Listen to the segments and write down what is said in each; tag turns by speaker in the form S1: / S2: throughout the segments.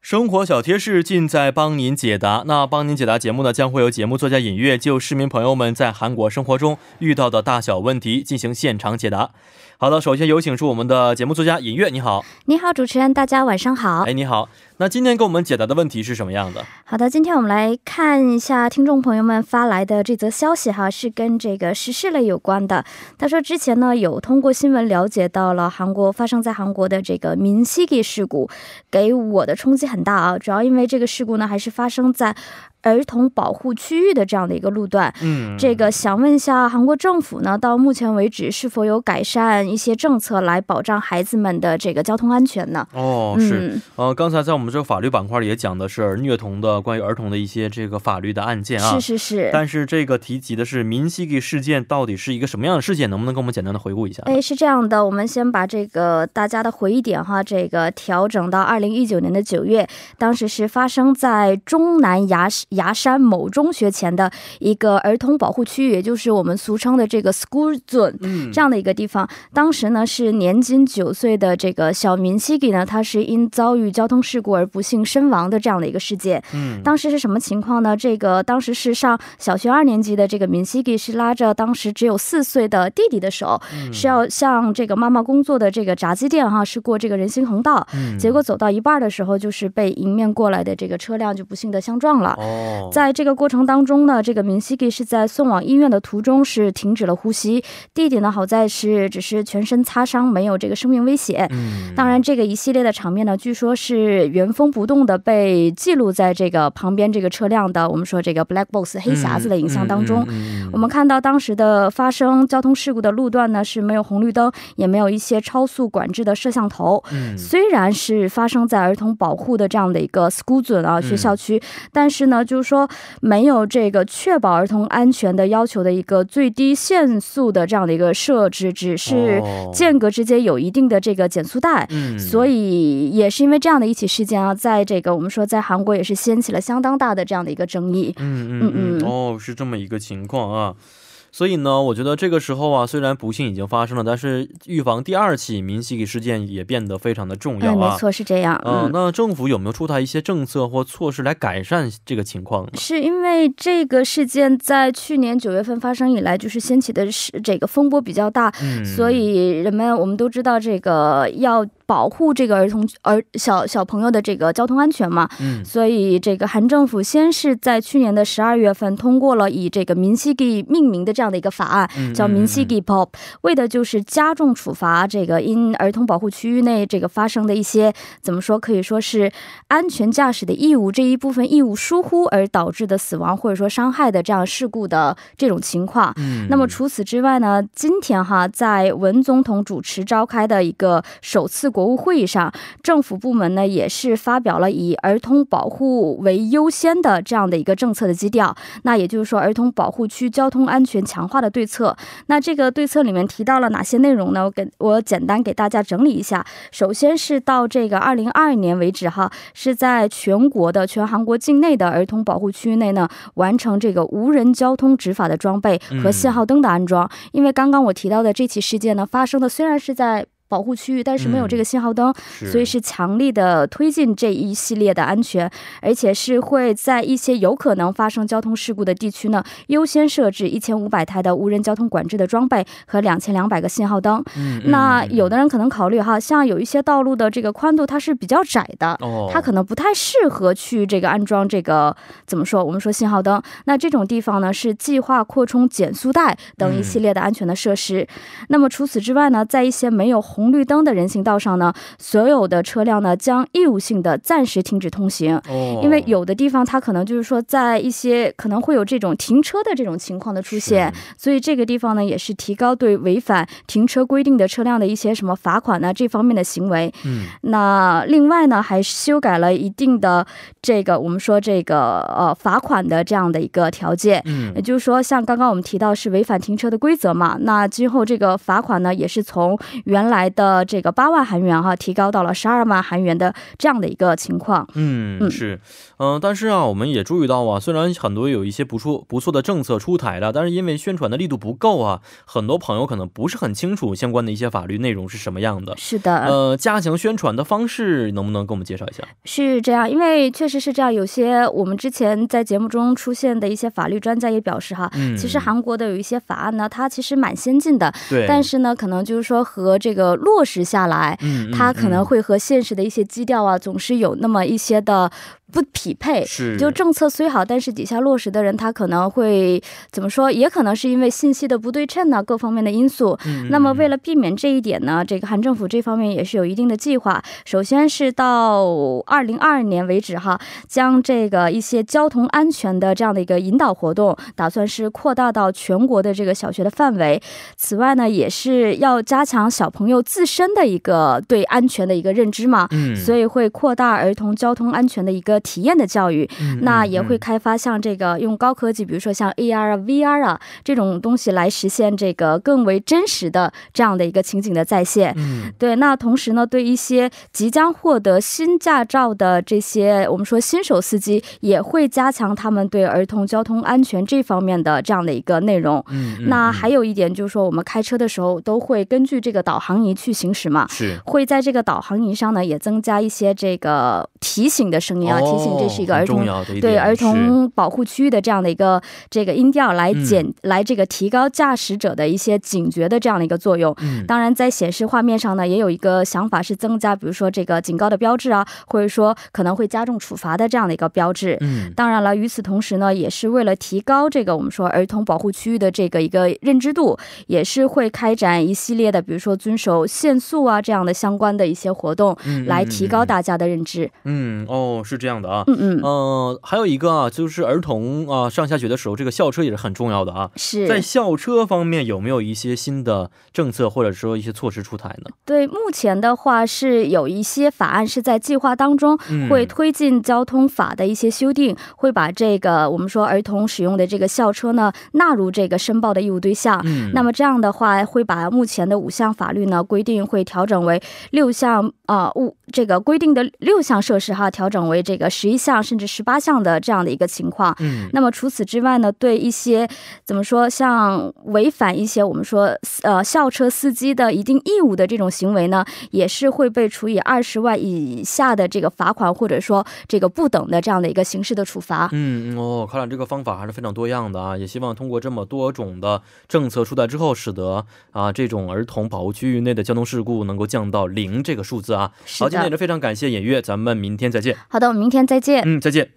S1: 生活小贴士尽在帮您解答。那帮您解答节目呢，将会由节目作家尹月就市民朋友们在韩国生活中遇到的大小问题进行现场解答。好的，首先有请出我们的节目作家尹月，你好，
S2: 你好，主持人，大家晚上好。
S1: 哎，你好。那今天给我们解答的问题是什么样的？
S2: 好的，今天我们来看一下听众朋友们发来的这则消息哈，是跟这个时事类有关的。他说之前呢有通过新闻了解到了韩国发生在韩国的这个民西地事故，给我的冲击很大啊，主要因为这个事故呢还是发生在。儿童保护区域的这样的一个路段，
S1: 嗯，
S2: 这个想问一下韩国政府呢，到目前为止是否有改善一些政策来保障孩子们的这个交通安全呢？
S1: 哦，是，
S2: 嗯，
S1: 呃，刚才在我们这个法律板块里也讲的是虐童的关于儿童的一些这个法律的案件啊。
S2: 是是是。
S1: 但是这个提及的是民西给事件到底是一个什么样的事件？能不能跟我们简单的回顾一下？
S2: 哎，是这样的，我们先把这个大家的回忆点哈，这个调整到二零一九年的九月，当时是发生在中南崖崖山某中学前的一个儿童保护区域，也就是我们俗称的这个 school zone。
S1: 嗯
S2: 这样的一个地方，当时呢是年仅九岁的这个小民西给呢，他是因遭遇交通事故而不幸身亡的这样的一个事件。
S1: 嗯，
S2: 当时是什么情况呢？这个当时是上小学二年级的这个民西给是拉着当时只有四岁的弟弟的手，
S1: 嗯
S2: 是要向这个妈妈工作的这个炸鸡店哈，是过这个人行横道，
S1: 嗯
S2: 结果走到一半的时候，就是被迎面过来的这个车辆就不幸的相撞了。
S1: 哦，
S2: 在这个过程当中呢，这个明西给是在送往医院的途中是停止了呼吸，弟弟呢好在是只是全身擦伤，没有这个生命危险。
S1: 嗯，
S2: 当然，这个一系列的场面呢，据说是原封不动的被记录在这个旁边这个车辆的我们说这个 black box 黑匣子的影像当中。
S1: 嗯，嗯嗯嗯
S2: 我们看到当时的发生交通事故的路段呢是没有红绿灯，也没有一些超速管制的摄像头。
S1: 嗯
S2: 虽然是发生在儿童保护的这样的一个 school zone 啊
S1: 嗯
S2: 学校区，但是呢，就是说没有这个确保儿童安全的要求的一个最低限速的这样的一个设置，只是
S1: 哦
S2: 间隔之间有一定的这个减速带。
S1: 嗯，
S2: 所以也是因为这样的一起事件啊，在这个我们说在韩国也是掀起了相当大的这样的一个争议。
S1: 嗯
S2: 嗯
S1: 嗯嗯，
S2: 嗯
S1: 哦，是这么一个情况啊。所以呢，我觉得这个时候啊，虽然不幸已经发生了，但是预防第二起民西给事件也变得非常的重要
S2: 嗯，
S1: 啊
S2: 没。错，是这样。
S1: 嗯、
S2: 嗯
S1: 那政府有没有出台一些政策或措施来改善这个情况呢？
S2: 是因为这个事件在去年九月份发生以来，就是掀起的是这个风波比较大，
S1: 嗯，
S2: 所以人们我们都知道这个要保护这个儿童儿小小朋友的这个交通安全嘛，
S1: 嗯，
S2: 所以这个韩政府先是在去年的十二月份通过了以这个民西给命名的这样的一个法案，
S1: 嗯
S2: 叫民西给 pop，为的就是加重处罚这个因儿童保护区域内这个发生的一些怎么说，可以说是安全驾驶的义务这一部分义务疏忽而导致的死亡或者说伤害的这样事故的这种情况。
S1: 嗯，
S2: 那么除此之外呢，今天哈，在文总统主持召开的一个首次国务会议上，政府部门呢也是发表了以儿童保护为优先的这样的一个政策的基调。那也就是说，儿童保护区交通安全强化的对策。那这个对策里面提到了哪些内容呢？我给我简单给大家整理一下。首先是到这个二零二二年为止哈，是在全国的全韩国境内的儿童保护区内呢，完成这个无人交通执法的装备和信号灯的安装。因为刚刚我提到的这起事件呢，发生的虽然是在。保护区域，但是没有这个信号灯，所以是强力的推进这一系列的安全，而且是会在一些有可能发生交通事故的地区呢，优先设置一千五百台的无人交通管制的装备和两千两百个信号灯。
S1: 嗯嗯
S2: 那
S1: 嗯
S2: 有的人可能考虑哈，像有一些道路的这个宽度它是比较窄的。
S1: 哦，
S2: 它可能不太适合去这个安装这个怎么说？我们说信号灯。那这种地方呢，是计划扩充减速带等一系列的安全的设
S1: 嗯
S2: 施。那么除此之外呢，在一些没有红绿灯的人行道上呢，所有的车辆呢将义务性的暂时停止通行。
S1: 哦，
S2: 因为有的地方它可能就是说，在一些可能会有这种停车的这种情况的出现，所以这个地方呢也是提高对违反停车规定的车辆的一些什么罚款呢这方面的行为。
S1: 是，嗯
S2: 那另外呢，还修改了一定的这个我们说这个呃罚款的这样的一个条件。也
S1: 嗯，
S2: 就是说，像刚刚我们提到是违反停车的规则嘛，那今后这个罚款呢，也是从原来的这个八万韩元哈，提高到了十二万韩元的这样的一个情况。
S1: 嗯，是，嗯、但是啊，我们也注意到啊，虽然很多有一些不错不错的政策出台了，但是因为宣传的力度不够啊，很多朋友可能不是很清楚相关的一些法律内容是什么样的。
S2: 是的，
S1: 呃，加强宣传的方式能不能给我们介绍一下？
S2: 是这样，因为确实是这样。有些我们之前在节目中出现的一些法律专家也表示哈，
S1: 嗯
S2: 其实韩国的有一些法案呢，它其实蛮先进的，
S1: 对，
S2: 但是呢，可能就是说和这个落实下来，
S1: 嗯，嗯
S2: 它可能会和现实的一些基调啊，总是有那么一些的不匹配
S1: 嗯。是
S2: 就政策虽好，但是底下落实的人，他可能会怎么说？也可能是因为信息的不对称呢、各方面的因素，
S1: 嗯嗯
S2: 那么为了避免这一点呢，这个韩政府这方面也是有一定的计划。首先是到二零二二年为止哈，将这个一些交通安全的这样的一个引导活动，打算是扩大到全国的这个小学的范围。此外呢，也是要加强小朋友自身的一个对安全的一个认知嘛。
S1: 嗯，
S2: 所以会扩大儿童交通安全的一个体验的教育，
S1: 嗯
S2: 那
S1: 嗯
S2: 也会
S1: 嗯
S2: 开发像这个用高科技，比如说像 AR 啊、VR 啊这种东西来实现这个更为真实的这样的一个情景的再现。
S1: 嗯
S2: 对，那同时呢，对一些即将获得新驾照的这些我们说新手司机，也会加强他们对儿童交通安全这方面的这样的一个内容。
S1: 嗯嗯
S2: 那
S1: 嗯
S2: 还有一点就是说，我们开车的时候都会根据这个导航仪去行驶嘛。
S1: 是
S2: 会在这个导航仪上呢，也增加一些这个提醒的声音啊，
S1: 哦
S2: 提醒这是一个
S1: 很
S2: 儿童
S1: 重要的一
S2: 对
S1: 点
S2: 儿
S1: 是
S2: 童保护区域的这样的一个这个音调
S1: 嗯
S2: 来减、来这个提高驾驶者的一些警觉的这样的一个作用。
S1: 嗯
S2: 当然，在显示画面上呢，也有一个想法是增加，比如说这个警告的标志啊，或者说可能会加重处罚的这样的一个标志。
S1: 嗯
S2: 当然了，与此同时呢，也是为了提高这个我们说儿童保护区域的这个一个认知度，也是会开展一系列的，比如说遵守限速啊这样的相关的一些活动，
S1: 嗯
S2: 来提高大家的认知。
S1: 嗯嗯哦是这样的啊。
S2: 嗯嗯，
S1: 嗯，还有一个啊，就是儿童啊、上下学的时候，这个校车也是很重要的啊。在
S2: 是
S1: 校车方面，有没有一些新的政策或者说一些措施出台呢？
S2: 对。目前的话是有一些法案是在计划当中。
S1: 嗯
S2: 会推进交通法的一些修订，会把这个我们说儿童使用的这个校车呢纳入这个申报的义务对象。
S1: 嗯，
S2: 那么这样的话，会把目前的五项法律呢规定会调整为六项啊五、这个规定的六项设施哈，调整为这个十一项甚至十八项的这样的一个情况。
S1: 嗯
S2: 那么除此之外呢，对一些怎么说，像违反一些我们说呃校车司机的一定义务的这种行为呢，也是会被处以二十万以下的这个罚款，或者说这个不等的这样的一个刑事的处罚。
S1: 嗯嗯哦，看来这个方法还是非常多样的啊！也希望通过这么多种的政策出台之后，使得啊这种儿童保护区域内的交通事故能够降到零这个数字啊。
S2: 是
S1: 好，今天也
S2: 的，
S1: 是非常感谢尹月，咱们明天再见。
S2: 好的，我们明天再见。
S1: 嗯，再见。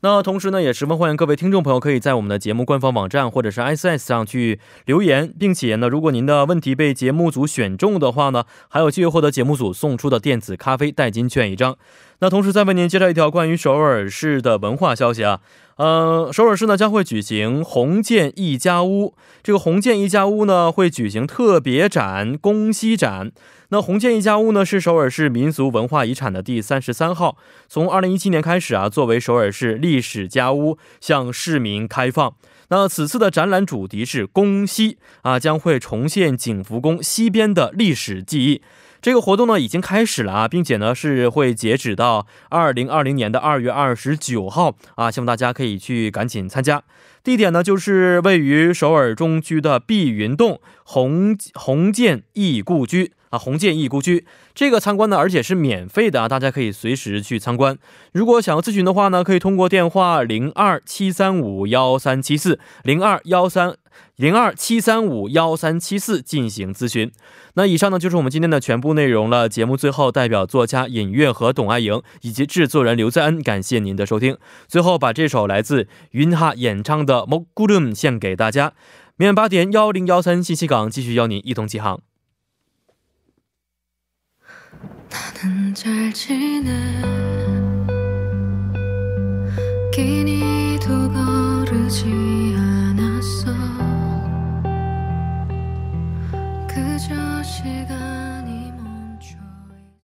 S1: 那同时呢，也十分欢迎各位听众朋友可以在我们的节目官方网站或者是 S S 上去留言，并且呢，如果您的问题被节目组选中的话呢，还有机会获得节目组送出的电子咖啡代金券一张。那同时再为您介绍一条关于首尔市的文化消息啊，呃，首尔市呢将会举行红建一家屋，这个红建一家屋呢会举行特别展、公西展。那红建一家屋呢是首尔市民俗文化遗产的第三十三号，从二零一七年开始啊，作为首尔市历史家屋向市民开放。那此次的展览主题是“宫西”啊，将会重现景福宫西边的历史记忆。这个活动呢已经开始了啊，并且呢是会截止到二零二零年的二月二十九号啊，希望大家可以去赶紧参加。地点呢就是位于首尔中区的碧云洞红红建义故居啊，红建义故居。这个参观呢，而且是免费的啊，大家可以随时去参观。如果想要咨询的话呢，可以通过电话零二七三五幺三七四零二幺三零二七三五幺三七四进行咨询。那以上呢就是我们今天的全部内容了。节目最后，代表作家尹月和董爱莹以及制作人刘在恩，感谢您的收听。最后把这首来自云哈演唱的《m o g u r u m 献给大家。明晚八点幺零幺三信息港继续邀您一同起航。
S3: 나는 잘 지내 끼니도 거르지